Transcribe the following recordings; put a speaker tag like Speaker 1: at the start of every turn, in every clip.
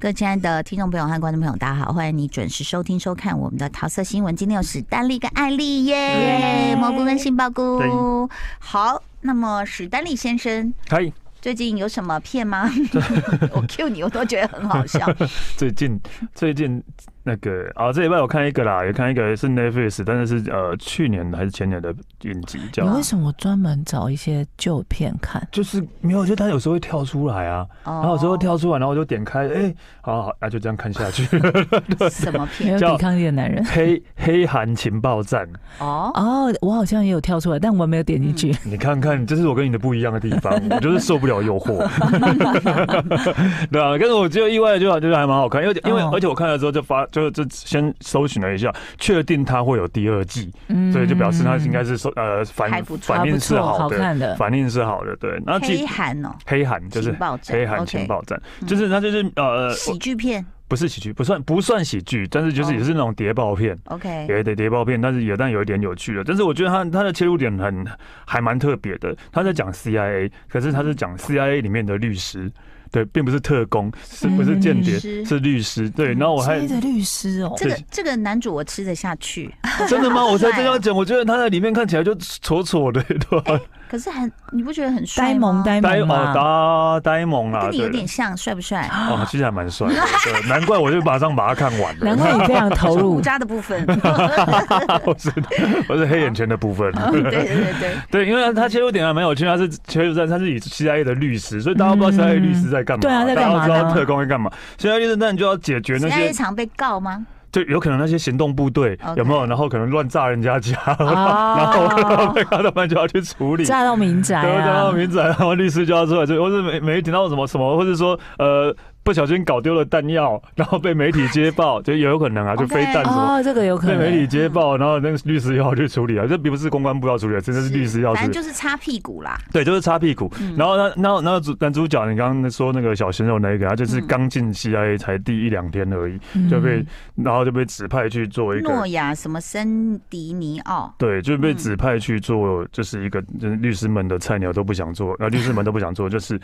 Speaker 1: 各位亲爱的听众朋友和观众朋友，大家好，欢迎你准时收听收看我们的桃色新闻。今天又是丹丽跟艾丽耶，蘑菇跟杏鲍菇。好，那么史丹利先生
Speaker 2: 可以。
Speaker 1: 最近有什么片 吗？我 Q 你，我都觉得很好笑。
Speaker 2: 最近最近那个啊，这礼拜我看一个啦，也看一个是 Netflix，但是是呃去年的还是前年的影集，叫
Speaker 3: 你为什么专门找一些旧片看？
Speaker 2: 就是没有，就它有时候会跳出来啊，
Speaker 3: 哦
Speaker 2: 然
Speaker 1: 哦
Speaker 2: 后有时候跳出来，然后我就点开，哎、好好，那就这样看下去。
Speaker 1: 什么
Speaker 3: 没
Speaker 1: 片？
Speaker 3: 有
Speaker 2: 叫
Speaker 3: 抵抗力的男人。
Speaker 2: 黑黑韩情报站，
Speaker 1: 哦，
Speaker 3: 哦，我好像也有跳出来，但我没有点进去。
Speaker 2: 你看看，这是我跟你的不一样的地方，我 就是受不了诱惑。对啊，但是我觉得意外的就就是还蛮好看，因为因为、
Speaker 3: 哦
Speaker 2: 而且我看了之后就发就就先搜寻了一下，确定它会有第二季，
Speaker 3: 嗯，
Speaker 2: 所以就表示它应该是收呃反
Speaker 1: 还不错
Speaker 2: 反
Speaker 3: 还不
Speaker 2: 应是
Speaker 3: 错，
Speaker 2: 好
Speaker 3: 好
Speaker 2: 的，
Speaker 3: 看的。
Speaker 2: 反应是好的，对。那
Speaker 1: 黑
Speaker 2: 其
Speaker 1: 韩哦，
Speaker 2: 黑韩就是
Speaker 1: 情报站
Speaker 2: 黑韩
Speaker 1: OK
Speaker 2: 情报站，
Speaker 1: 嗯
Speaker 2: 就是它就是呃
Speaker 1: 喜剧片。
Speaker 2: 不是喜剧，不算不算喜剧，但是就是
Speaker 1: 哦
Speaker 2: 也是那种谍报片。
Speaker 1: OK，
Speaker 2: 有一点谍报片，但是有但有一点有趣的，但是我觉得他他的切入点很还蛮特别的。他在
Speaker 1: 嗯
Speaker 2: 讲 CIA，可是他是讲 CIA 里面的律师，对，并不是特工，是不是间
Speaker 1: 嗯
Speaker 2: 谍
Speaker 1: 律，师嗯
Speaker 2: 是律师。对，然后我还
Speaker 3: 的律师哦，
Speaker 1: 这个
Speaker 2: 对
Speaker 1: 这个男主我吃得下去，
Speaker 2: 真的吗？我才真
Speaker 1: 帅
Speaker 2: 要
Speaker 1: 啊
Speaker 2: 讲，我觉得他在里面看起来就丑丑的，对吧？
Speaker 1: 可是很你不觉得很帅
Speaker 3: 呆萌
Speaker 1: 吗？
Speaker 3: 呆
Speaker 2: 呆
Speaker 3: 萌啊
Speaker 2: 哦
Speaker 3: 嘛，
Speaker 2: 呆呆萌啦，
Speaker 1: 跟你有
Speaker 2: 对
Speaker 1: 点像，帅不帅？
Speaker 2: 哦，其实还蛮帅的，对，难怪我就马上把它看完了。
Speaker 3: 难怪你非常投
Speaker 1: 古
Speaker 3: 入。
Speaker 1: 渣的部 分，
Speaker 2: 我是 我是黑眼圈的部分。
Speaker 3: 啊
Speaker 1: 对对对对，
Speaker 2: 对，因为他切入点还蛮有趣，他是切入在他是以 CIA 的律师，所以大家不知道 CIA 律师在干嘛，
Speaker 3: 嗯对啊在干嘛
Speaker 2: 大家都知道
Speaker 3: 呢
Speaker 2: 特工在干嘛。CIA 律师那你就要解决那
Speaker 1: 现在
Speaker 2: 些
Speaker 1: 日，常被告吗？
Speaker 2: 就有可能那些行动部队
Speaker 1: OK
Speaker 2: 有没有，然后可能乱炸人家家， 然后
Speaker 3: 哦，
Speaker 2: 被他们就要去处理。
Speaker 3: 炸到民
Speaker 1: 哎
Speaker 3: 宅
Speaker 2: 然后然后
Speaker 3: 啊！
Speaker 2: 名字，然后律师就要出来，就或是媒媒体到什么什么，或者说呃不小心搞丢了弹药，然后被媒体接报，就也有可能啊，就
Speaker 1: OK
Speaker 2: 飞弹什么。
Speaker 3: 哦，这个有可
Speaker 2: 被媒体
Speaker 3: 能。
Speaker 2: 接报，然后那个律师要去处理啊，这并不是公关部要处理的，真的是律师要
Speaker 1: 反
Speaker 2: 处
Speaker 1: 正
Speaker 2: 理。
Speaker 1: 就是擦屁股啦。
Speaker 2: 对，就是擦屁股。
Speaker 1: 嗯
Speaker 2: 然后那那那主男主角，你刚刚说那个小鲜肉那一个，他就是
Speaker 1: 嗯
Speaker 2: 刚进 CIA 才第一两天而已，
Speaker 3: 嗯
Speaker 2: 就被然后就被指派去做一
Speaker 1: 诺
Speaker 2: 个。
Speaker 1: 亚什么森迪尼奥，
Speaker 2: 对，就被
Speaker 1: 嗯
Speaker 2: 指派去做，就是一个就是律师们的菜鸟都不想做，啊然后律师们都不想做，就是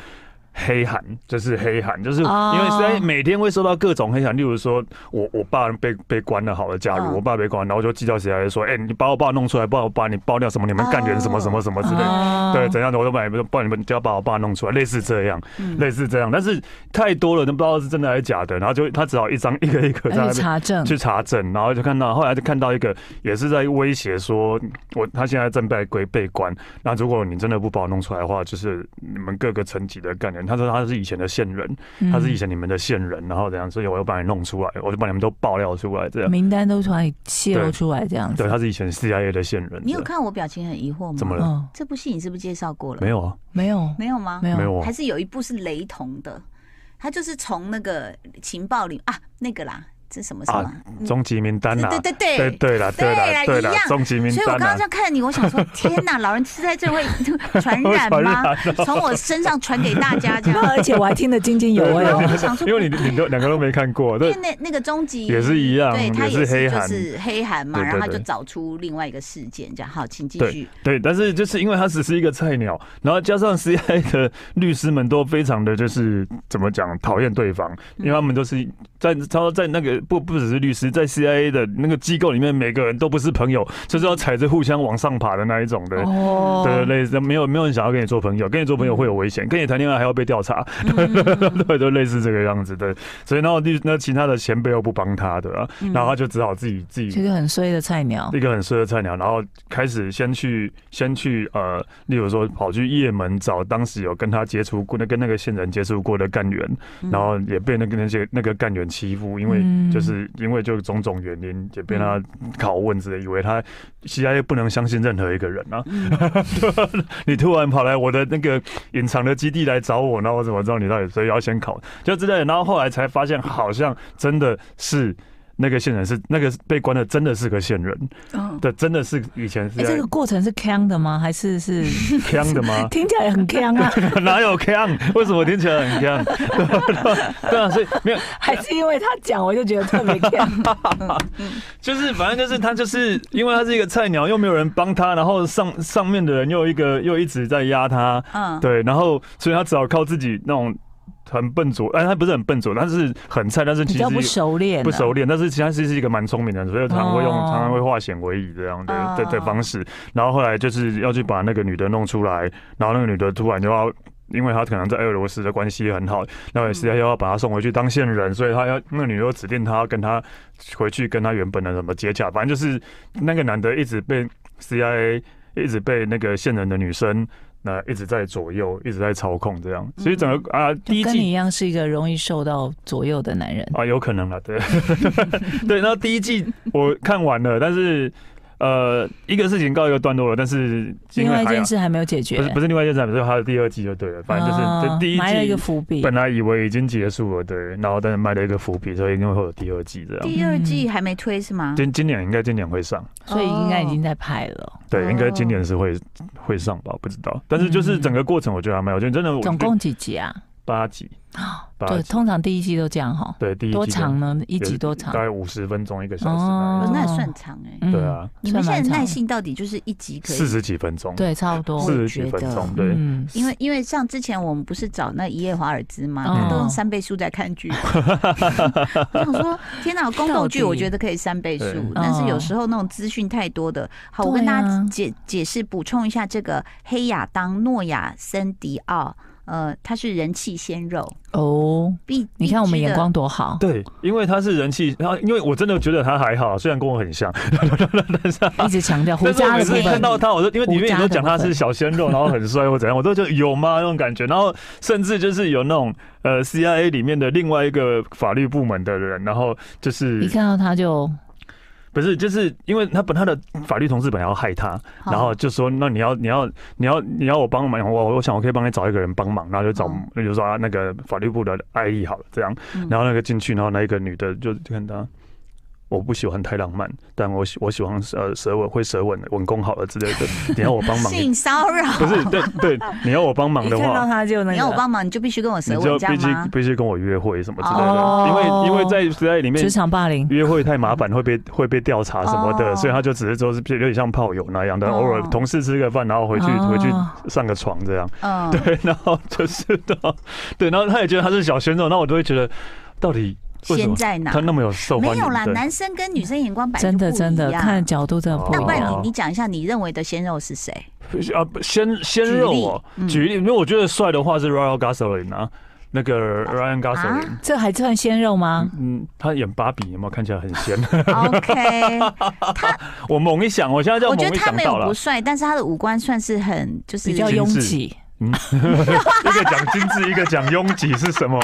Speaker 2: 黑函，就是黑函，就是因为
Speaker 3: 哦
Speaker 2: CIA 每天会收到各种黑函，例如说我我爸被被关了，好了，假如
Speaker 1: 嗯
Speaker 2: 我爸被关，然后就寄到 CIA 说，哎、你把我爸弄出来，不然我把你爆料什么，你们干点什么什么什
Speaker 1: 嗯
Speaker 2: 么之类的。
Speaker 3: 哦
Speaker 2: 对，怎样的我都把你们，不然你们就要把我爸弄出来，类似这样，
Speaker 1: 嗯，
Speaker 2: 类似这样。但是太多了，都不知道是真的还是假的，然后就他只好一张一个一个在
Speaker 3: 要
Speaker 2: 那
Speaker 3: 去
Speaker 2: 边。
Speaker 3: 查
Speaker 1: 嗯
Speaker 3: 证。
Speaker 2: 去查证，然后就看到，后来就看到一个也是在威胁说，我他现在正被归被关，那如果你真的不把我弄出来的话，就是你们各个层级的干员。他说他是以前的线人，
Speaker 1: 嗯
Speaker 2: 他是以前你们的线人，然后怎样，所以我要把你弄出来，我就把你们都爆料出来，这
Speaker 3: 嗯
Speaker 2: 样。
Speaker 3: 名单都突然泄露出来这样子。
Speaker 2: 对，他是以前 CIA 的线人。
Speaker 1: 你有
Speaker 2: 这样
Speaker 1: 看我表情很疑惑吗？
Speaker 2: 怎么了
Speaker 3: 嗯，
Speaker 1: 这部戏你是不是介绍过了？
Speaker 2: 没有啊，
Speaker 3: 没有，
Speaker 1: 没有吗？
Speaker 3: 没有，
Speaker 2: 没有啊
Speaker 1: 还，是有一部是雷同的，它就是从那个情报里啊，那个啦，这什么什么
Speaker 2: 啊？终极名单啊，
Speaker 1: 对对嗯对
Speaker 2: 对对啦，对啦，
Speaker 1: 对啦
Speaker 2: 对
Speaker 1: 一
Speaker 2: 啦，
Speaker 1: 样
Speaker 2: 终极名
Speaker 1: 所以我刚刚
Speaker 2: 单啊
Speaker 1: 这，样看你，我想说，天哪，老人痴呆症会传染吗？从我身上传给大家这样。
Speaker 3: 而且我还听得津津有味
Speaker 1: 然后
Speaker 3: 哦
Speaker 1: 我。就想说，
Speaker 2: 因为你你都两个都没看 过，
Speaker 1: 因
Speaker 2: 对
Speaker 1: 为，那那个终极
Speaker 2: 也是一样
Speaker 1: 对，他
Speaker 2: 也是黑
Speaker 1: 就
Speaker 2: 韩
Speaker 1: 是黑韩嘛，
Speaker 2: 对对
Speaker 1: 然后他
Speaker 2: 对
Speaker 1: 就找出另外一个事件，这样好，请继续。
Speaker 2: 对，但是就是因为他只是一个菜鸟，然后加上 CIA 的律师们都非常的就是怎么讲讨厌对方，因为他们都是在他说在那个不不只是律师，在 CIA 的那个机构里面，每个人都不是朋友，就是要踩着互相往上爬的那一种的。
Speaker 3: 哦
Speaker 2: 对，类似没有没有人想要跟你做朋友，跟你做朋友会有危险，跟你谈恋爱还要被调查， 对，就类似这个样子对，所以然后那其他的前辈又不帮他的、啊，
Speaker 3: 嗯
Speaker 2: 然后他就只好自己自己
Speaker 3: 其实很衰的菜鸟。
Speaker 2: 一个很适合菜鸟，然后开始先去先去呃，例如说跑去也门找当时有跟他接触过、那跟那个线人接触过的干员，然后也被那个那些那个干员欺负，因为
Speaker 3: 嗯
Speaker 2: 就是因为就种种原因也被他拷问之类，以为他 CIA 不能相信任何一个人啊，
Speaker 3: 嗯
Speaker 2: 你突然跑来我的那个隐藏的基地来找我，那我怎么知道你到底？所以要先考就之类的，然后后来才发现好像真的是。那个线人是那个被关的，真的是个线人，
Speaker 1: 嗯，
Speaker 2: 对，真的是以前是
Speaker 3: 哦哎，这
Speaker 2: 在
Speaker 3: 个过程是呛的吗？还 是是？
Speaker 2: 呛的吗
Speaker 3: 听起来很 呛啊？
Speaker 2: 哪有呛？为什么听起来很 呛？ 对啊，所以没有，
Speaker 3: 还是因为他讲，我就觉得特别呛？
Speaker 2: 就是反正就是他就是因为他是一个菜鸟，又没有人帮他，然后上上面的人又一个又一直在压他，
Speaker 1: 嗯
Speaker 2: 对，然后所以他只好靠自己那种。很笨拙，哎，他不是很笨拙，他是很菜，但是
Speaker 3: 比
Speaker 2: 其
Speaker 3: 较不
Speaker 2: 实。
Speaker 3: 熟练啊，
Speaker 2: 不熟练，但是其实他是是一个蛮聪明的人，所以常常会用，
Speaker 3: 哦
Speaker 2: 常常会化险为夷这样的
Speaker 1: 哦
Speaker 2: 的的方式。然后后来就是要去把那个女的弄出来，然后那个女的突然就要，因为她可能在俄罗斯的关系很好，那也是要要把她送回去当线人，所以她要那个女的又指定她跟她回去跟她原本的什么接洽，反正就是那个男的一直被 CIA 一直被那个线人的女生。那一直在左右，一直在操控，这样，所以整个啊，第
Speaker 3: 就
Speaker 2: 一
Speaker 3: 跟
Speaker 2: 季
Speaker 3: 你一样是一个容易受到左右的男人。
Speaker 2: 啊，有可能了，对， 对。然后第一季我看完了，但是呃，一个事情告一个段落了，但是因
Speaker 3: 另
Speaker 2: 为
Speaker 3: 外一
Speaker 2: 还
Speaker 3: 件
Speaker 2: 有
Speaker 3: 事还没有解决，
Speaker 2: 不是不是另外一件事，不是还有第二季就对了，反正就是、
Speaker 3: 哦
Speaker 2: 就第一
Speaker 3: 埋了一
Speaker 2: 季
Speaker 3: 个伏笔。
Speaker 2: 本来以为已经结束了，对，然后但是埋了一个伏笔，所以一定会有第二季这样。
Speaker 1: 第二季还没推是吗？
Speaker 2: 今今年应该今年会上，
Speaker 3: 所以应该已经在拍了。
Speaker 2: 对，应该今
Speaker 1: 哦
Speaker 2: 年是会会上吧，不知道。但是就是整个过程，我觉得还蛮有趣，真的。我
Speaker 3: 嗯总共几集啊？
Speaker 2: 八集，八
Speaker 3: 对，
Speaker 2: 集，
Speaker 3: 通常第一季都这样哈。
Speaker 2: 对，第一
Speaker 3: 多
Speaker 2: 季
Speaker 3: 长呢？一
Speaker 2: 有
Speaker 3: 集多长
Speaker 2: 大？概五十分钟，一个小时那
Speaker 1: 哦
Speaker 2: 样，
Speaker 1: 那也算长哎。
Speaker 3: 嗯
Speaker 2: 对，啊，
Speaker 1: 你们
Speaker 3: 算
Speaker 1: 现
Speaker 3: 蛮
Speaker 1: 在耐
Speaker 3: 长
Speaker 1: 性到底就是一集可以
Speaker 2: 四十几分钟，
Speaker 3: 嗯对，差不多。
Speaker 1: 是
Speaker 2: 四十几分钟，对。
Speaker 3: 嗯，
Speaker 1: 因为因为像之前我们不是找那一夜华尔兹嘛，
Speaker 3: 嗯
Speaker 1: 他都用三倍速在看 剧。 我想说，天哪，宫斗剧
Speaker 3: 到底
Speaker 1: 我觉得可以三倍速
Speaker 2: 对，嗯
Speaker 1: 但是有时候那种资讯太多的，好，我
Speaker 3: 对啊
Speaker 1: 跟大家解解释补充一下，这个黑亚当诺亚森迪奥，呃，他是人气鲜肉，
Speaker 3: 哦，
Speaker 1: 必
Speaker 3: 你看我们
Speaker 1: 必知的
Speaker 3: 眼光多好。
Speaker 2: 对，因为他是人气，然后因为我真的觉得他还好，虽然跟我很像， 但是
Speaker 3: 一直强调哎胡
Speaker 2: 但是我
Speaker 3: 渣
Speaker 2: 每
Speaker 3: 的部
Speaker 2: 次看
Speaker 3: 分，
Speaker 2: 到他，我说因为里面你都讲他是小鲜肉，然后很帅或怎样，我都觉得有吗那种感觉，然后甚至就是有那种呃 CIA 里面的另外一个法律部门的人，然后就是
Speaker 3: 一看到他就
Speaker 2: 不是就是因为他本他的法律同事本来要害他，
Speaker 1: 好
Speaker 2: 然后就说那你要你要你要你要我帮忙，我我想我可以帮你找一个人帮忙，然后就找
Speaker 1: 嗯
Speaker 2: 那就说啊那个法律部的艾丽好了这样
Speaker 1: 嗯，
Speaker 2: 然后那个进去，然后那一个女的就就跟他。我不喜欢太浪漫，但我喜我喜欢呃舌吻会舌吻的吻功好了之类 的。你要我帮忙，
Speaker 1: 性骚扰，
Speaker 2: 不是对对，你要我帮忙
Speaker 3: 一
Speaker 2: 的
Speaker 3: 看到
Speaker 2: 话，
Speaker 3: 他就那个，
Speaker 1: 你要我帮忙，你就必须跟我
Speaker 2: 你
Speaker 1: 舌吻，
Speaker 2: 就
Speaker 1: 这
Speaker 2: 必
Speaker 1: 样
Speaker 2: 须
Speaker 1: 吗？
Speaker 2: 必须跟我约会什么之类
Speaker 3: 哦
Speaker 2: 的，因为因为在时代里面
Speaker 3: 职场霸凌，
Speaker 2: 约会太麻烦，会被会被调查什么的，
Speaker 1: 嗯哦
Speaker 2: 所以他就只是说是有点像炮友那样的，
Speaker 1: 哦
Speaker 2: 偶尔同事吃个饭，然后回去、
Speaker 3: 哦
Speaker 2: 回去上个床这样。
Speaker 1: 嗯，
Speaker 2: 对，然后就是的，对，然后他也觉得他是小鲜肉，那我都会觉得到底为什
Speaker 1: 先
Speaker 2: 么
Speaker 1: 在哪
Speaker 2: 他？那么有受欢
Speaker 1: 没
Speaker 2: 迎？
Speaker 1: 有啦，
Speaker 2: 对
Speaker 1: 男生跟女生眼光本来
Speaker 3: 真
Speaker 1: 就
Speaker 3: 的
Speaker 1: 不
Speaker 3: 真的
Speaker 1: 一样
Speaker 3: 看角度真的不
Speaker 1: 那不
Speaker 3: 一
Speaker 1: 然
Speaker 3: 样
Speaker 2: 哦。
Speaker 1: 你你讲一下，你认为的鲜肉是 谁？
Speaker 2: 啊，不鲜鲜肉哦，
Speaker 1: 举嗯
Speaker 2: 举例，因为我觉得帅的话是 Ryan Gosling 啊，那个 Ryan Gosling，、
Speaker 1: 啊
Speaker 3: 这还算鲜肉吗？
Speaker 2: 嗯，他演芭比有没有看起来很鲜？
Speaker 1: OK，
Speaker 2: 我猛一想，我现在叫
Speaker 1: 我觉
Speaker 2: 猛
Speaker 1: 得
Speaker 2: 一
Speaker 1: 他
Speaker 2: 想
Speaker 1: 没
Speaker 2: 到
Speaker 1: 有
Speaker 2: 了
Speaker 1: 不，帅，但是他的五官算是很就是
Speaker 3: 比较拥挤，
Speaker 2: 一个讲精致，一个讲拥挤是什么？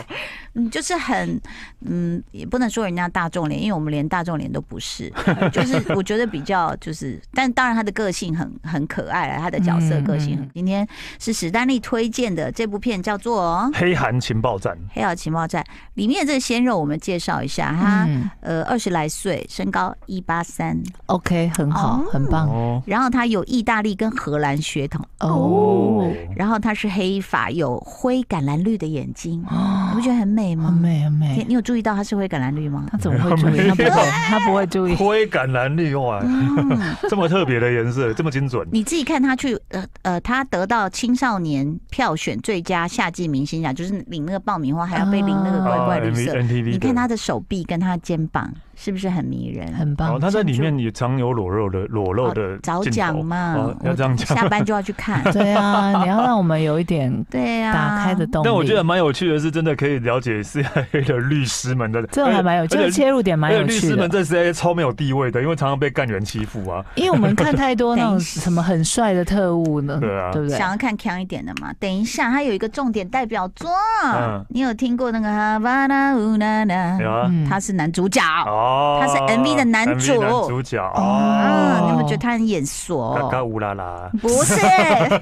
Speaker 1: 嗯，就是很嗯，也不能说人家大众脸，因为我们连大众脸都不 是，就是我觉得比较就是，但当然他的个性很很可爱啊了，他的角色个性很。
Speaker 3: 嗯
Speaker 1: 今天是史丹利推荐的这部片叫做《
Speaker 2: 黑韩情报站，
Speaker 1: 黑曜情报站》，里面的这个鲜肉我们介绍一下，他、
Speaker 3: 嗯
Speaker 1: 呃二十来岁，身高一八三，
Speaker 3: ，OK，很好
Speaker 1: 哦，
Speaker 3: 很棒
Speaker 2: 哦，
Speaker 1: 然后他有意大利跟荷兰血统。
Speaker 3: 哦，
Speaker 1: 然后他是黑发，有灰橄榄绿的眼睛，你不觉得很美吗？
Speaker 3: 哦很美很
Speaker 1: 你
Speaker 3: 美。
Speaker 1: 你有注意到他是灰橄榄绿吗？
Speaker 3: 他怎么会注意？他不会，他不会注意。
Speaker 2: 灰橄榄绿哇，
Speaker 1: 嗯，
Speaker 2: 这么特别的颜色，这么精准，
Speaker 1: 你自己看他去，呃呃，他得到青少年票选最佳夏季明星奖，就是领那个爆米花，还要被淋那
Speaker 2: 哦
Speaker 1: 个怪怪绿色。
Speaker 2: 啊 N T V，
Speaker 1: 你看他的手臂跟他的肩膀，是不是很迷人？
Speaker 3: 很
Speaker 2: 哦
Speaker 3: 棒，，
Speaker 2: 他在里面也常有裸露的裸露的
Speaker 1: 早
Speaker 2: 镜头
Speaker 1: 讲嘛
Speaker 2: 哦，要这样
Speaker 1: 我下
Speaker 2: 讲。
Speaker 1: 班就要去看。
Speaker 3: 对啊， 你要让我们有一点
Speaker 1: 对啊呀、
Speaker 3: 打开的动力。
Speaker 2: 但我觉得蛮有趣的是，真的可以了解 CIA 的律师们的，
Speaker 3: 这种还蛮有，这个
Speaker 2: 而且
Speaker 3: 切入点蛮
Speaker 2: 而且
Speaker 3: 有
Speaker 2: 律
Speaker 3: 趣
Speaker 2: 师们在
Speaker 3: 的，
Speaker 2: CIA 超没有地位的，因为常常被干员欺负啊。
Speaker 3: 因为 我们看太多那
Speaker 1: 等
Speaker 3: 种
Speaker 1: 一下
Speaker 3: 什么很帅的特务呢，
Speaker 2: 对啊
Speaker 3: 对不对？
Speaker 1: 想要看强一点的嘛？等一下，他有一个重点代表作，
Speaker 2: 嗯
Speaker 1: 你有听过那个哈巴那乌那那？
Speaker 2: 有啊，
Speaker 1: 他是男主角啊，
Speaker 2: 哦，
Speaker 1: 嗯他是 MV 的男
Speaker 2: MV
Speaker 1: 主
Speaker 2: 主角
Speaker 3: 哦
Speaker 2: 哦，
Speaker 1: 啊你有没有觉得他很眼
Speaker 2: 嘎嘎
Speaker 1: 熟？
Speaker 2: 乌拉拉，
Speaker 1: 不 是，哎，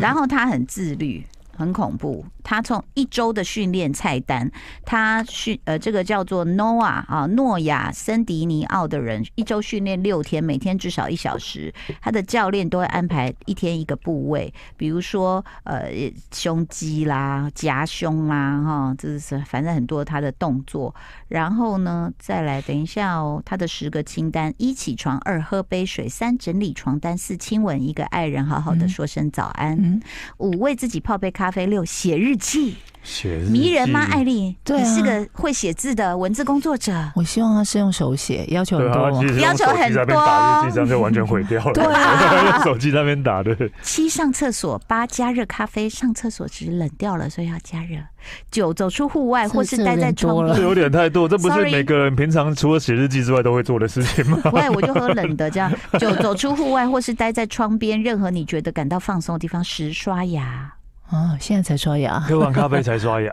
Speaker 1: 然后他很自律。很恐怖，他从一周的训练菜单，他训呃这个叫做 Noah 啊诺亚森迪尼奥的人，一周训练六天，每天至少一小时，他的教练都会安排一天一个部位，比如说呃胸肌啦、夹胸啦，哈，这是反正很多他的动作。然后呢，再来等一下哦，他的十个清单：一起床，二喝杯水，三整理床单，四亲吻一个爱人，好好的
Speaker 3: 嗯
Speaker 1: 说声早安，
Speaker 3: 嗯，
Speaker 1: 五为自己泡杯咖咖啡六写日记，
Speaker 2: 写日
Speaker 1: 迷人吗？
Speaker 2: 记
Speaker 1: 艾丽，
Speaker 3: 对啊
Speaker 1: 你是个会写字的文字工作者。
Speaker 3: 我希望他是用手写，要求
Speaker 2: 对
Speaker 3: 很多
Speaker 2: 啊，
Speaker 3: 吗
Speaker 2: 其？实
Speaker 1: 要求
Speaker 2: 用手
Speaker 1: 很
Speaker 2: 机在那边
Speaker 1: 多
Speaker 2: 打日记，这样就完全 毁掉了。
Speaker 3: 对
Speaker 1: 啊
Speaker 2: 用手机在那边打，对，啊
Speaker 1: 七上厕所，八加热咖啡。上厕所时冷掉了，所以要加热。九走出户外
Speaker 3: 这
Speaker 1: 或是待在窗
Speaker 2: 这
Speaker 3: 这
Speaker 1: 边。
Speaker 2: 有点太多，这不是
Speaker 1: Sorry
Speaker 2: 每个人平常除了写日记之外都会做的事情吗？
Speaker 1: 喂，我就喝冷的这样。九走出户外或是待在窗边，任何你觉得感到放松的地方。十刷牙。
Speaker 3: 啊，现在才刷 牙
Speaker 2: 喝完咖啡才刷牙，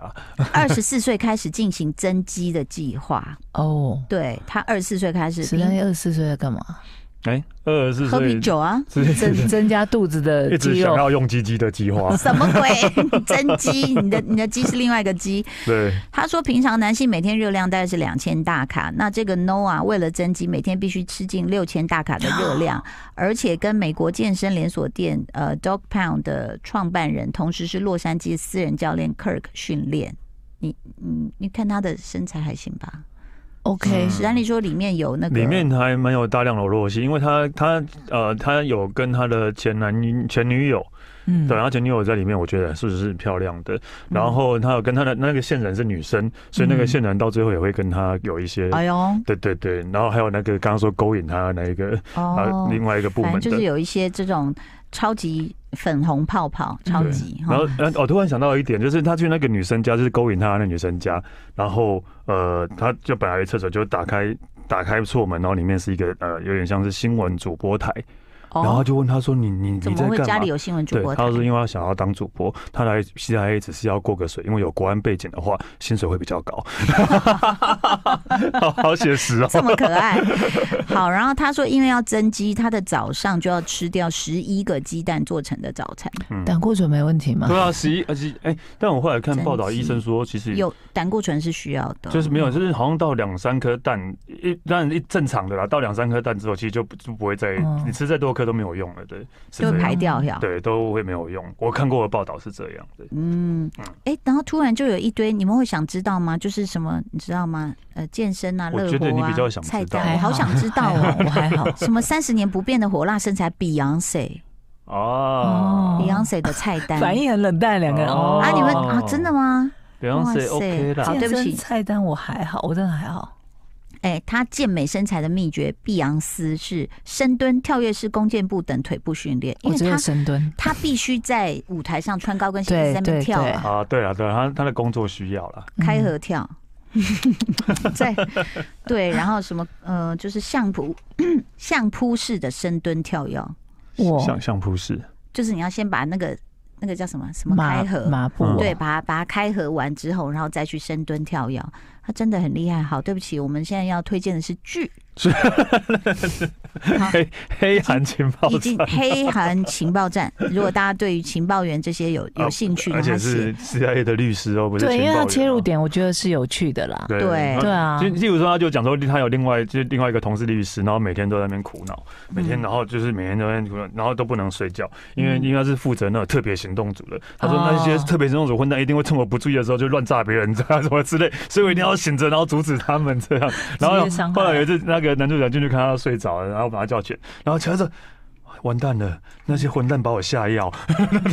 Speaker 1: 二十四岁开始进行增肌的计划。
Speaker 3: 哦。
Speaker 1: 对他二十四岁开始
Speaker 3: 十三二十四岁在干嘛？
Speaker 2: 哎，二十四
Speaker 1: 喝啤
Speaker 2: 岁
Speaker 1: 酒啊，，
Speaker 2: 之类
Speaker 3: 增
Speaker 2: 的
Speaker 3: 增加肚子的
Speaker 2: 一直
Speaker 3: 肌
Speaker 2: 想
Speaker 3: 肉，
Speaker 2: 要用鸡鸡的计 划
Speaker 1: 什么鬼？ 增肌？你的你的肌是另外一个肌。
Speaker 2: 对，
Speaker 1: 他说，平常男性每天热量大概是两千大卡，那这个 Noah 为了增肌，每天必须吃进六千大卡的热量，而且跟美国健身连锁店呃 Dog Pound 的创办人，同时是洛杉矶私人教练 Kirk 训练。你嗯，你看他的身材还行吧？
Speaker 3: OK，
Speaker 2: 嗯
Speaker 1: 史丹利说里面有那个
Speaker 2: 里面还蛮有大量的裸戏，因为他他呃他有跟他的前男前女友，
Speaker 3: 嗯，
Speaker 2: 对，然后啊前女友在里面，我觉得是是漂亮
Speaker 1: 嗯
Speaker 2: 的，然后他有跟他的那个线人是女生，所以
Speaker 1: 嗯
Speaker 2: 那个线人到最后也会跟他有一些。
Speaker 1: 哎呦
Speaker 2: 对对对，然后还有那个刚刚说勾引他的那一个，啊，
Speaker 1: 哦，
Speaker 2: 另外一个部
Speaker 1: 反
Speaker 2: 门
Speaker 1: 正
Speaker 2: 的，
Speaker 1: 就是有一些这种超级粉红泡泡，超
Speaker 2: 对
Speaker 1: 级
Speaker 2: 然
Speaker 1: 哈
Speaker 2: 后，呃，我突然想到一点，就是他去那个女生家，就是勾引他那女生家，然后呃，他就本来厕所就打开打开错门，然后里面是一个呃，有点像是新闻主播台，然后他
Speaker 1: 哦，
Speaker 2: 就问他说：“你你你
Speaker 1: 怎
Speaker 2: 在
Speaker 1: 么会家
Speaker 2: 干
Speaker 1: 里
Speaker 2: 嘛？”
Speaker 1: 有新闻主
Speaker 2: 对，
Speaker 1: 播台
Speaker 2: 他？说因为他想要当主播，他来 CIA 只是要过个水，因为有国安背景的话，薪水会比较高。 好好写实哦，
Speaker 1: 这么可爱，好。然后他说，因为要增肌，他的早上就要吃掉十一个鸡蛋做成的早餐，
Speaker 2: 嗯
Speaker 3: 胆固醇没问题吗
Speaker 2: 对？啊，十一而且哎，但我后来看报道，
Speaker 1: 真
Speaker 2: 医
Speaker 1: 是
Speaker 2: 生说其实
Speaker 1: 有胆固醇是需要的，
Speaker 2: 嗯就是没有，就是好像到两三颗蛋，一当然一正常的啦，到两三颗蛋之后，其实就不就不会再、
Speaker 3: 嗯
Speaker 2: 你吃再多颗都没有用了，对，是
Speaker 1: 就会
Speaker 2: 这
Speaker 1: 排
Speaker 2: 样，
Speaker 1: 掉呀。
Speaker 2: 嗯对，都会没有用。我看过的报道是这样的，
Speaker 1: 嗯，哎、然后突然就有一堆，你们会想知道吗？就是什么，你知道吗？呃，健身啊，
Speaker 2: 我
Speaker 1: 乐
Speaker 2: 觉
Speaker 1: 活
Speaker 2: 得你比较
Speaker 1: 啊，
Speaker 2: 想知
Speaker 1: 菜
Speaker 2: 道
Speaker 1: 单，我好想知道
Speaker 3: 还
Speaker 1: 哦
Speaker 3: 好。啊 我还好。
Speaker 1: 什么三十年不变的火辣身材 Beyonce
Speaker 2: 哦
Speaker 3: 哦
Speaker 1: Beyonce 的菜单
Speaker 3: 反应很冷淡，两个人哦
Speaker 1: 啊，你们啊真的吗？
Speaker 2: ，Beyonce OK
Speaker 1: 哇塞
Speaker 2: 啦
Speaker 1: 好，对不起
Speaker 3: 健身菜单我还好，我真的还好。
Speaker 1: 哎、她健美身材的秘诀，碧昂斯是深蹲、跳跃式弓箭步等腿部训练，因
Speaker 3: 我
Speaker 1: 为
Speaker 3: 只有
Speaker 1: 她
Speaker 3: 深蹲，
Speaker 1: 她必须在舞台上穿高跟鞋
Speaker 3: 对
Speaker 1: 一直在那边
Speaker 3: 对
Speaker 1: 跳
Speaker 3: 对
Speaker 1: 啊，
Speaker 2: 啊，对啊，对啊，他他的工作需要啦，
Speaker 3: 嗯
Speaker 1: 开合跳， 在对，然后什么呃，就是相扑相扑式的深蹲跳跃，
Speaker 3: 我
Speaker 2: 像像普士，
Speaker 1: 就是你要先把那个那个叫什么什么
Speaker 3: 马
Speaker 1: 开合
Speaker 3: 马步
Speaker 2: 嗯
Speaker 1: 对，把它把它开合完之后，然后再去深蹲跳跃，他真的很厉害。好，对不起，我们现在要推荐的是剧，
Speaker 2: 黑黑韩情报
Speaker 1: 已经
Speaker 2: 站，
Speaker 1: 黑韩情报站。如果大家对于情报员这些有有兴趣的
Speaker 2: 而
Speaker 1: 话，
Speaker 2: 且
Speaker 1: 写
Speaker 2: 是 CIA 的律师哦，不是
Speaker 3: 对，因为
Speaker 2: 情报
Speaker 3: 他
Speaker 2: 员
Speaker 3: 切入
Speaker 2: 哦
Speaker 3: 点，我觉得是有趣的啦。
Speaker 2: 对
Speaker 1: 对
Speaker 3: 对啊
Speaker 2: 就例如说，他就讲说他有另外就是另外一个同事律师，然后每天都在那边苦恼，每天然后就是每天都在那边苦恼，然后都不能睡觉，因为
Speaker 3: 嗯嗯
Speaker 2: 因为他是负责那种特别行动组的。他说
Speaker 3: 哦
Speaker 2: 那些特别行动组混蛋一定会趁我不注意的时候就乱炸别人，这样什么之类，所以我一定要醒着，然后阻止他们这样。 然
Speaker 3: 职
Speaker 2: 后
Speaker 3: 业伤害
Speaker 2: 后来有一次，那个男主角进去看他睡着了，然后把他叫起来，然后起来说。完蛋了！那些混蛋把我下 药，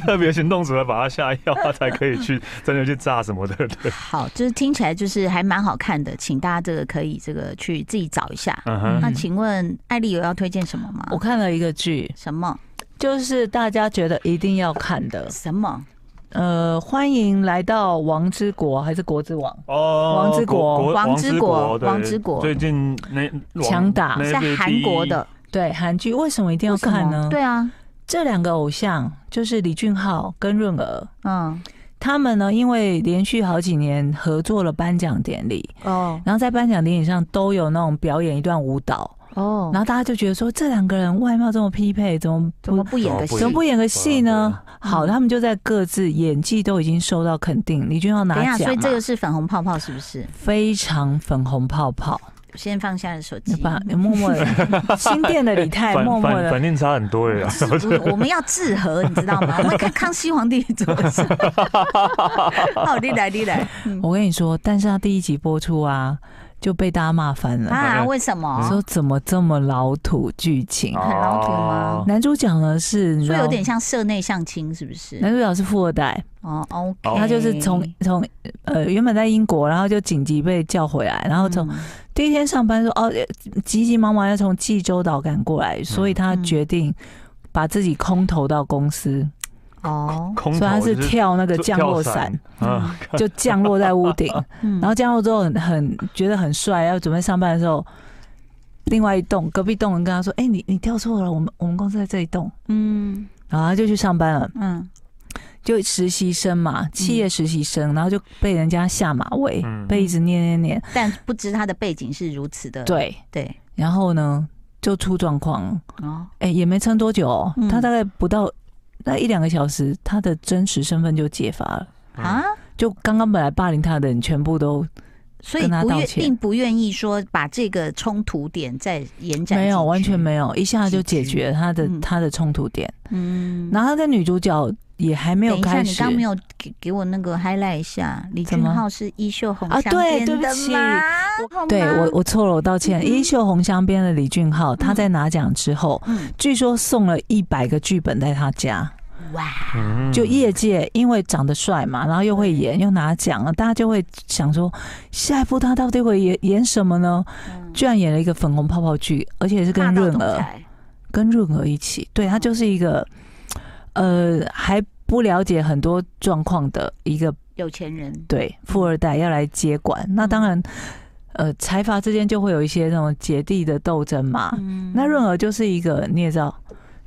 Speaker 2: 特别行动组的把他下药，他才可以去真的去炸什么的。对，
Speaker 1: 好，就是听起来就是还蛮好看的，请大家这个可以这个去自己找一下。
Speaker 2: 嗯哼，
Speaker 1: 那请问艾丽有要推荐什么吗？
Speaker 3: 我看了一个剧，
Speaker 1: 什么
Speaker 3: 就是大家觉得一定要看的，
Speaker 1: 什么？
Speaker 3: 呃，欢迎来到《王之国》还是《国之王
Speaker 2: 哦，
Speaker 3: 王之国
Speaker 1: 王之国
Speaker 2: 对
Speaker 1: 王之国
Speaker 2: 最近那王
Speaker 3: 强打》？
Speaker 2: 那
Speaker 1: 是
Speaker 2: 是
Speaker 1: 韩国的，
Speaker 3: 对，韩剧为什么一定要
Speaker 1: 为什
Speaker 3: 看
Speaker 1: 么？
Speaker 3: 呢？
Speaker 1: 对啊，
Speaker 3: 这两个偶像就是李俊昊跟润儿，
Speaker 1: 嗯，
Speaker 3: 他们呢因为连续好几年合作了颁奖典礼，
Speaker 1: 哦
Speaker 3: 然后在颁奖典礼上都有那种表演一段舞蹈，
Speaker 1: 哦，
Speaker 3: 然后大家就觉得说这两个人外貌这么匹配，怎么
Speaker 1: 怎
Speaker 3: 不
Speaker 1: 么不演个戏
Speaker 2: 怎
Speaker 3: 怎？哦么不演个戏
Speaker 2: 啊
Speaker 3: 呢？
Speaker 1: 对
Speaker 3: 好，
Speaker 1: 嗯
Speaker 3: 他们就在各自演技都已经受到肯定，李俊昊
Speaker 1: 等一
Speaker 3: 拿
Speaker 1: 下，
Speaker 3: 奖
Speaker 1: 所以
Speaker 3: 嘛
Speaker 1: 这个是粉红泡泡是不是？
Speaker 3: 非常粉红泡泡，
Speaker 1: 先放下了手
Speaker 3: 你
Speaker 1: 机。
Speaker 3: 把默默的新店的李泰
Speaker 2: 反
Speaker 3: 默默
Speaker 2: 反
Speaker 3: 的。
Speaker 2: 反应差很 多呀。
Speaker 1: 就是我我们要治和，你知道吗？我们看康熙皇帝做的事。好，你来，你来。嗯
Speaker 3: 我跟你说，但是他第一集播出啊，就被大家骂翻了，
Speaker 1: 啊？为什么？
Speaker 3: 说怎么这么老土剧情。
Speaker 1: 很老土吗
Speaker 2: 哦
Speaker 3: 男主角呢是，你知
Speaker 1: 所以
Speaker 3: 道
Speaker 1: 有点像社内相亲，是不是？
Speaker 3: 男主角是富二代，
Speaker 1: 哦，OK，
Speaker 2: 哦
Speaker 3: 他就是从
Speaker 1: 嗯
Speaker 3: 从呃原本在英国，然后就紧急被叫回来，然后从
Speaker 1: 嗯
Speaker 3: 第一天上班说哦，呃急急忙忙要从济州岛赶过
Speaker 2: 嗯
Speaker 3: 来，所以他决定把自己空投到公司，
Speaker 1: 哦，
Speaker 2: 空
Speaker 3: 所以他
Speaker 2: 投
Speaker 3: 是
Speaker 2: 就是
Speaker 3: 跳那个
Speaker 2: 跳
Speaker 3: 降落伞
Speaker 2: 伞，啊，
Speaker 3: 就降落在屋 顶，
Speaker 1: 嗯
Speaker 3: 然后降落之后很很觉得很帅，要准备上班的时候。另外一栋隔壁栋人跟他说：“哎、你你跳错了，我们我们公司在这一栋。
Speaker 1: 嗯”
Speaker 3: 然后他就去上班了，
Speaker 1: 嗯
Speaker 3: 就实习生嘛，企业实习生，然后就被人家下马威，
Speaker 2: 嗯
Speaker 3: 被一直念念念。
Speaker 1: 但不知他的背景是如此的，
Speaker 3: 对，
Speaker 1: 对，
Speaker 3: 然后呢就出状况了，
Speaker 1: 哦，
Speaker 3: 哎、也没撑多久、哦
Speaker 1: 嗯
Speaker 3: 他大概不到那一两个小时，他的真实身份就揭发了。
Speaker 1: 啊，
Speaker 3: 就刚刚本来霸凌他的人全部都
Speaker 1: 所以
Speaker 3: 跟他
Speaker 1: 不
Speaker 3: 道
Speaker 1: 愿
Speaker 3: 歉
Speaker 1: 并不愿意说把这个冲突点再延展，
Speaker 3: 没有，完全，没有，一下就解
Speaker 1: 进去
Speaker 3: 决了他的、
Speaker 1: 嗯
Speaker 3: 他的冲突点。
Speaker 1: 嗯，
Speaker 3: 然后他跟女主角也还没有
Speaker 1: 等一下，
Speaker 3: 开
Speaker 1: 你
Speaker 3: 始
Speaker 1: 刚，没有给给我那个 highlight 一下，李俊
Speaker 3: 怎么
Speaker 1: 浩是衣袖红
Speaker 3: 啊
Speaker 1: 香
Speaker 3: 对
Speaker 1: 边
Speaker 3: 对不
Speaker 1: 的
Speaker 3: 起
Speaker 1: 吗好
Speaker 3: 对
Speaker 1: 吗
Speaker 3: 我我错了，我道歉。
Speaker 1: 嗯
Speaker 3: 衣袖红香边的李俊浩，他
Speaker 1: 嗯
Speaker 3: 在拿奖之后，
Speaker 1: 嗯，
Speaker 3: 据说送了一百个剧本在他家。
Speaker 1: 哇，
Speaker 2: 嗯
Speaker 3: 就业界因为长得帅嘛，然后又会演又拿奖了，大家就会想说，下一部他到底会演演什么呢？居然演了一个粉红泡泡剧，而且是
Speaker 1: 嗯霸
Speaker 3: 跟
Speaker 1: 道
Speaker 3: 润
Speaker 1: 总
Speaker 3: 儿
Speaker 1: 裁
Speaker 3: 跟润儿一起，对他就是一个呃还不了解很多状况的一个
Speaker 1: 有钱人，
Speaker 3: 对富二代要来接管，那
Speaker 1: 嗯
Speaker 3: 当然呃财阀之间就会有一些那种姐弟的斗争嘛，
Speaker 1: 嗯
Speaker 3: 那润儿就是一个你也知道。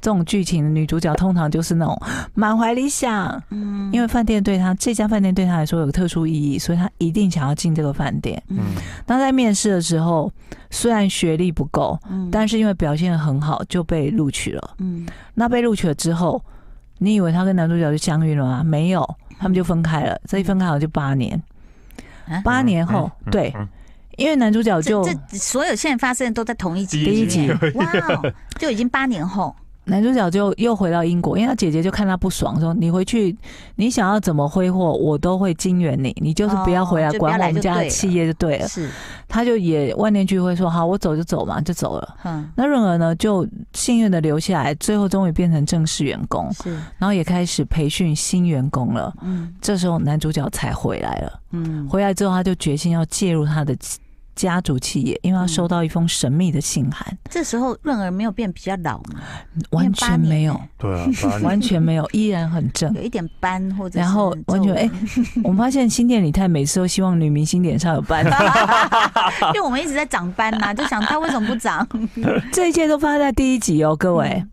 Speaker 3: 这种剧情的女主角通常就是那种满怀理想，
Speaker 1: 嗯
Speaker 3: 因为饭店对他这家饭店对他来说有特殊意义，所以他一定想要进这个饭店。
Speaker 2: 嗯
Speaker 3: 那在面试的时候，虽然学历不够，
Speaker 1: 嗯
Speaker 3: 但是因为表现得很好就被录取了。
Speaker 1: 嗯
Speaker 3: 那被录取了之后，你以为他跟男主角就相遇了吗？没有，他们就分开了。这一分开好像就八年
Speaker 1: 啊，
Speaker 3: 八年后，
Speaker 2: 嗯
Speaker 3: 对，
Speaker 2: 嗯
Speaker 3: 因为男主角
Speaker 1: 这
Speaker 3: 就
Speaker 1: 这所有现在发生的都在同一集
Speaker 2: 第
Speaker 1: 里
Speaker 2: 一
Speaker 1: 面，
Speaker 2: 集
Speaker 1: 哇哦，就已经八年后，
Speaker 3: 男主角就又回到英国，因为他姐姐就看他不爽，说你回去，你想要怎么挥霍，我都会金援你，你就是不要回来
Speaker 1: 哦就不要
Speaker 3: 管
Speaker 1: 来
Speaker 3: 我们
Speaker 1: 就
Speaker 3: 家
Speaker 1: 对
Speaker 3: 的
Speaker 1: 了
Speaker 3: 企业就对了。
Speaker 1: 是，
Speaker 3: 他就也万念俱灰说好，我走就走嘛，就走了。
Speaker 1: 嗯，
Speaker 3: 那润儿呢，就幸运的留下来，最后终于变成正式员工，
Speaker 1: 是，
Speaker 3: 然后也开始培训新员工了。
Speaker 1: 嗯
Speaker 3: 这时候男主角才回来了，
Speaker 1: 嗯，
Speaker 3: 回来之后他就决心要介入他的家族企业，因为他收到一封神秘的信函，
Speaker 1: 这时候润儿没有变比较老嘛，
Speaker 3: 完全没有，
Speaker 2: 对啊，把你
Speaker 3: 完全没有，依然很 正。
Speaker 1: 有一点斑或者
Speaker 3: 然后
Speaker 1: 是皱
Speaker 3: 完全哎，我们发现新店李太每次都希望女明星脸上 有斑，
Speaker 1: 因为我们一直在长斑呐、就想他为什么不 长？
Speaker 3: 这一切都发生在第一集哦，各位
Speaker 1: 嗯。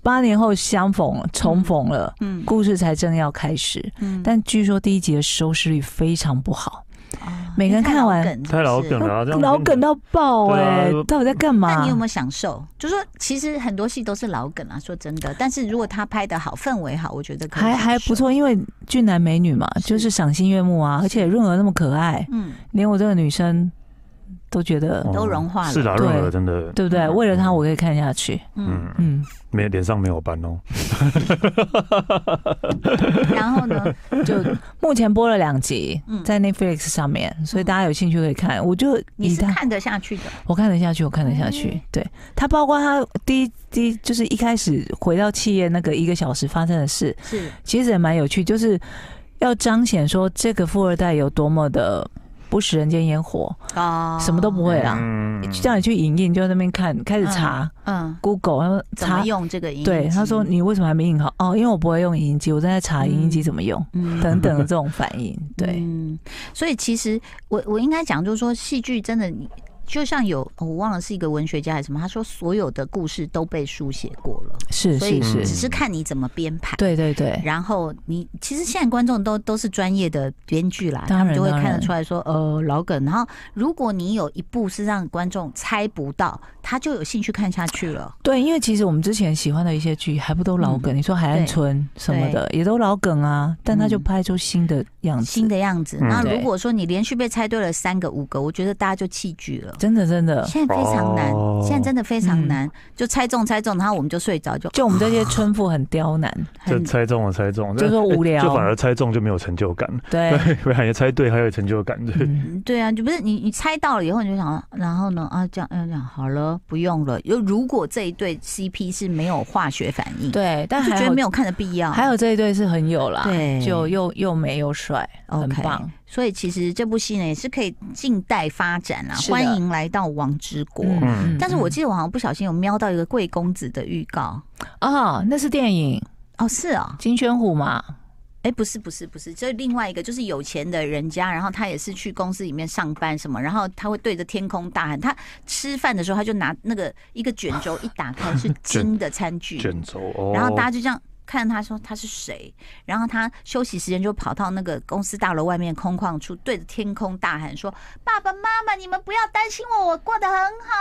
Speaker 3: 八年后相逢，重逢了，
Speaker 1: 嗯
Speaker 3: 故事才正要开始。
Speaker 1: 嗯
Speaker 3: 但据说第一集的收视率非常不好，
Speaker 1: 哦
Speaker 3: 每个人
Speaker 1: 太
Speaker 3: 看
Speaker 1: 老
Speaker 3: 完
Speaker 1: 梗是
Speaker 2: 太老
Speaker 1: 不是
Speaker 2: 梗了啊，这样
Speaker 3: 老
Speaker 2: 真的
Speaker 3: 梗到爆
Speaker 2: 对啊
Speaker 3: 哎、
Speaker 2: 就
Speaker 3: 到底在干
Speaker 1: 那
Speaker 3: 嘛
Speaker 1: 你有？没有享受？就说其实很多戏都是老梗啊，说真的。但是如果他拍的好，氛围好，我觉得可以
Speaker 3: 还
Speaker 1: 享
Speaker 3: 还
Speaker 1: 受
Speaker 3: 不。错，因为俊男美女嘛，
Speaker 1: 是
Speaker 3: 就是赏心悦目啊，而且润儿那么可爱，
Speaker 1: 嗯，
Speaker 3: 连我这个女生都觉得，
Speaker 1: 都融化了
Speaker 2: 哦是啦，
Speaker 3: 对
Speaker 2: 润儿真的，
Speaker 3: 对不对？为了她，我可以看下去。
Speaker 1: 嗯，
Speaker 2: 嗯，
Speaker 3: 嗯，
Speaker 2: 没脸上没有斑哦，
Speaker 1: 然后呢？
Speaker 3: 就目前播了两集
Speaker 1: 嗯，
Speaker 3: 在 Netflix 上面，所以大家有兴趣可以看。我就
Speaker 1: 你
Speaker 3: 以
Speaker 1: 是
Speaker 3: 他，
Speaker 1: 看得下去的，
Speaker 3: 我看得下去，我看得下去
Speaker 1: 嗯。
Speaker 3: 对他，包括他第一第一就是一开始回到企业那个一个小时发生的事，
Speaker 1: 是
Speaker 3: 其实也蛮有趣，就是要彰显说这个富二代有多么的不食人间烟火，
Speaker 1: 哦，
Speaker 3: 什么都不会啦。
Speaker 2: 嗯
Speaker 3: 啊就叫你去影印，就在那边看，开始查、
Speaker 1: 嗯，
Speaker 3: Google，然后
Speaker 1: 怎么
Speaker 3: 查。
Speaker 1: 用这个音？
Speaker 3: 对，他说，你为什么还没印好？哦，因为我不会用影印机，我正在查
Speaker 1: 嗯
Speaker 3: 影印机怎么用，
Speaker 1: 嗯
Speaker 3: 等等的这种反应。对，
Speaker 1: 嗯，所以其实我我应该讲，就是说戏剧真的，你就像有哦我忘了是一个文学家还是什么，他说所有的故事都被书写过了，
Speaker 3: 是
Speaker 1: 所以
Speaker 3: 是
Speaker 1: 只
Speaker 3: 是，
Speaker 1: 是看你怎么编排。
Speaker 3: 对对对，
Speaker 1: 然后你其实现在观众都都是专业的编剧啦，
Speaker 3: 当然
Speaker 1: 他们就会
Speaker 3: 当然
Speaker 1: 看得出来说，呃，老梗。然后如果你有一部是让观众猜不到，他就有兴趣看下去了。
Speaker 3: 对，因为其实我们之前喜欢的一些剧还不都老梗，你说《海岸村》什么的也都老梗啊，但他
Speaker 1: 嗯
Speaker 3: 就
Speaker 1: 嗯
Speaker 3: 拍出新的样子，
Speaker 1: 新的样子。
Speaker 2: 嗯
Speaker 1: 那
Speaker 3: 对
Speaker 1: 如果说你连续被猜对了三个、五个，我觉得大家就弃剧了。
Speaker 3: 真的真的，
Speaker 1: 现在非常难，
Speaker 2: 哦
Speaker 1: 现在真的非常
Speaker 3: 嗯
Speaker 1: 难，就猜中猜中，然后我们就睡着，就哎
Speaker 3: 就我们这些村妇很刁难，
Speaker 2: 这
Speaker 1: 很
Speaker 2: 猜中了，猜中了，哎
Speaker 3: 就说无聊
Speaker 2: 就反而猜中就没有成就感。
Speaker 3: 对，
Speaker 2: 对，感觉猜对还有成就感。对，
Speaker 3: 嗯
Speaker 1: 嗯对啊，就不是你你猜到了以后你就想，然后呢啊这样嗯这样好了，不用了。又如果这一对 CP 是没有化学反应，
Speaker 3: 对，但
Speaker 1: 就
Speaker 3: 还
Speaker 1: 觉得
Speaker 3: 有
Speaker 1: 没有看的必要。
Speaker 3: 还有这一对是很有啦，
Speaker 1: 对
Speaker 3: 就又又美又帅，很
Speaker 1: OK
Speaker 3: 棒，
Speaker 1: 所以其实这部戏呢也是可以静待发展啊，
Speaker 3: 是的
Speaker 1: 欢迎来到王之国。
Speaker 2: 嗯
Speaker 1: 但是我记得我好像不小心有瞄到一个贵公子的预告。
Speaker 3: 啊，那是电影
Speaker 1: 哦，是哦，
Speaker 3: 金宣虎嘛，
Speaker 1: 哎，不是不是不是，这另外一个就是有钱的人家，然后他也是去公司里面上班什么，然后他会对着天空大喊。他吃饭的时候，他就拿那个一个卷轴一打开是金的餐具，
Speaker 2: 卷轴哦，
Speaker 1: 然后大家就这样看他说他是谁，然后他休息时间就跑到那个公司大楼外面空旷处，对着天空大喊说：“爸爸妈妈，你们不要担心我，我过得很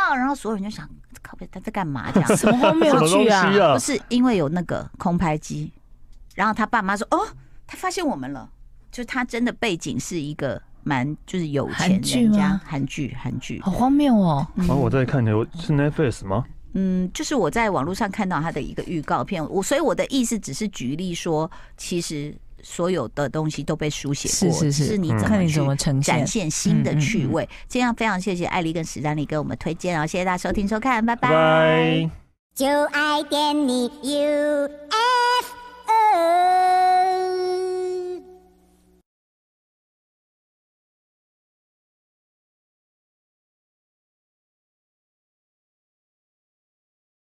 Speaker 1: 好。”然后所有人就想，靠北他在干嘛这样？
Speaker 3: 什么
Speaker 2: 什
Speaker 3: 荒
Speaker 2: 么
Speaker 3: 谬
Speaker 2: 东
Speaker 3: 剧
Speaker 2: 西
Speaker 3: 啊？
Speaker 2: 啊
Speaker 1: 不？是因为有那个空拍机，然后他爸妈说：“哦，他发现我们了。”就他真的背景是一个蛮就是有钱
Speaker 3: 韩剧
Speaker 1: 人家
Speaker 3: 吗，
Speaker 1: 韩剧韩剧。
Speaker 3: 好荒谬哦！
Speaker 2: 然后我在看有是 Netflix 吗？
Speaker 1: 嗯，就是我在网络上看到他的一个预告片，我所以我的意思只是举例说，其实所有的东西都被书写过，
Speaker 3: 是是是
Speaker 1: 只你
Speaker 2: 嗯
Speaker 1: 怎
Speaker 3: 看
Speaker 1: 么
Speaker 3: 你怎
Speaker 1: 去
Speaker 3: 么呈
Speaker 1: 展
Speaker 3: 现。嗯
Speaker 1: 现新的趣味。这样非常谢谢艾丽跟史丹利给我们推荐哦，谢谢大家收听收看，拜
Speaker 2: 拜。
Speaker 4: 就爱点你 UFO。